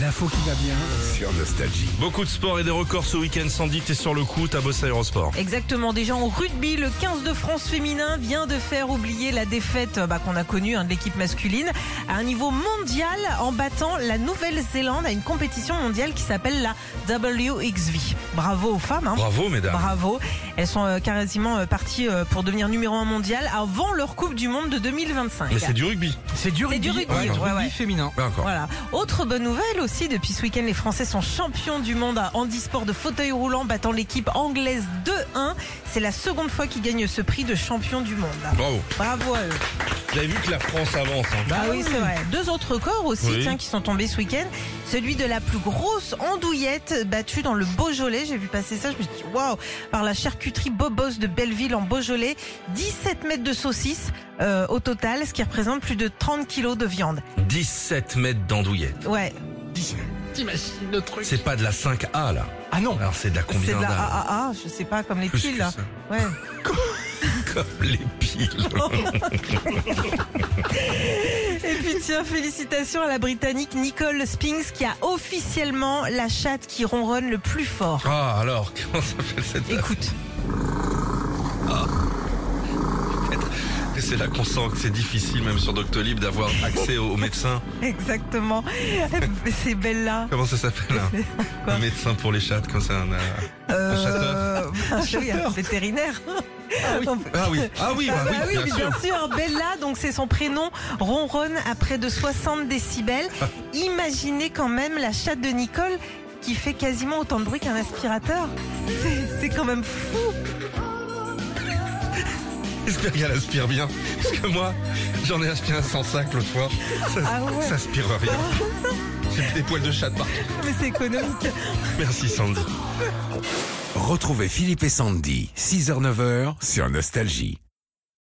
L'info qui va bien sur Nostalgie. Beaucoup de sport et des records ce week-end. Sandy, t'es sur le coup, t'as bossé à Eurosport. Exactement, déjà en rugby, le 15 de France féminin vient de faire oublier la défaite euh, bah, qu'on a connue hein, de l'équipe masculine à un niveau mondial en battant la Nouvelle-Zélande à une compétition mondiale qui s'appelle la WXV. Bravo aux femmes. hein. Bravo, mesdames. Bravo. Elles sont euh, quasiment euh, parties euh, pour devenir numéro un mondial avant leur Coupe du Monde de 2025. Mais c'est du rugby. C'est du C'est rugby, du rugby, ouais, ouais, rugby ouais. féminin. Pas encore. Voilà. Autre bonne nouvelle aussi, depuis ce week-end, les Français sont champions du monde à handisport de fauteuil roulant, battant l'équipe anglaise 2-1. C'est la seconde fois qu'ils gagnent ce prix de champion du monde. Bravo. Bravo à eux. J'avais vu que la France avance. hein. Ah oui, c'est vrai. Deux autres corps aussi, Oui. tiens, qui sont tombés ce week-end. Celui de la plus grosse andouillette battue dans le Beaujolais. J'ai vu passer ça, je me suis dit, waouh, par la charcuterie Bobos de Belleville en Beaujolais. 17 mètres de saucisses euh, au total, ce qui représente plus de 30 kilos de viande. 17 mètres d'andouillette. Ouais, T'imagines le truc C'est pas de la 5A, là. Ah non Alors, c'est de la c'est combien de la d'âge AAA, je sais pas, comme les Plus piles. hein. que là. ça. Ouais. Comme les piles. Et puis tiens, félicitations à la Britannique Nicole Spinks qui a officiellement la chatte qui ronronne le plus fort. Ah, alors, comment ça fait cette... Écoute. C'est là qu'on sent que c'est difficile, même sur Doctolib, d'avoir accès au au médecin. Exactement. C'est Bella. Comment ça s'appelle hein Quoi Un médecin pour les chattes, comme ça. un, euh, Euh, bah, oui, un vétérinaire. Ah oui, ah oui, bah Ah bah oui, oui, bien bien, sûr. sûr. Bella, donc c'est son prénom, ronronne à près de 60 décibels. Imaginez quand même la chatte de Nicole qui fait quasiment autant de bruit qu'un aspirateur. C'est- C'est quand même fou. J'espère qu'elle aspire bien. Parce que moi, j'en ai acheté un sans sac l'autre fois. Ça, Ah ouais. ça aspire rien. J'ai des poils de chat partout. Mais c'est économique. Merci Sandy. Retrouvez Philippe et Sandy, 6h-9h sur Nostalgie.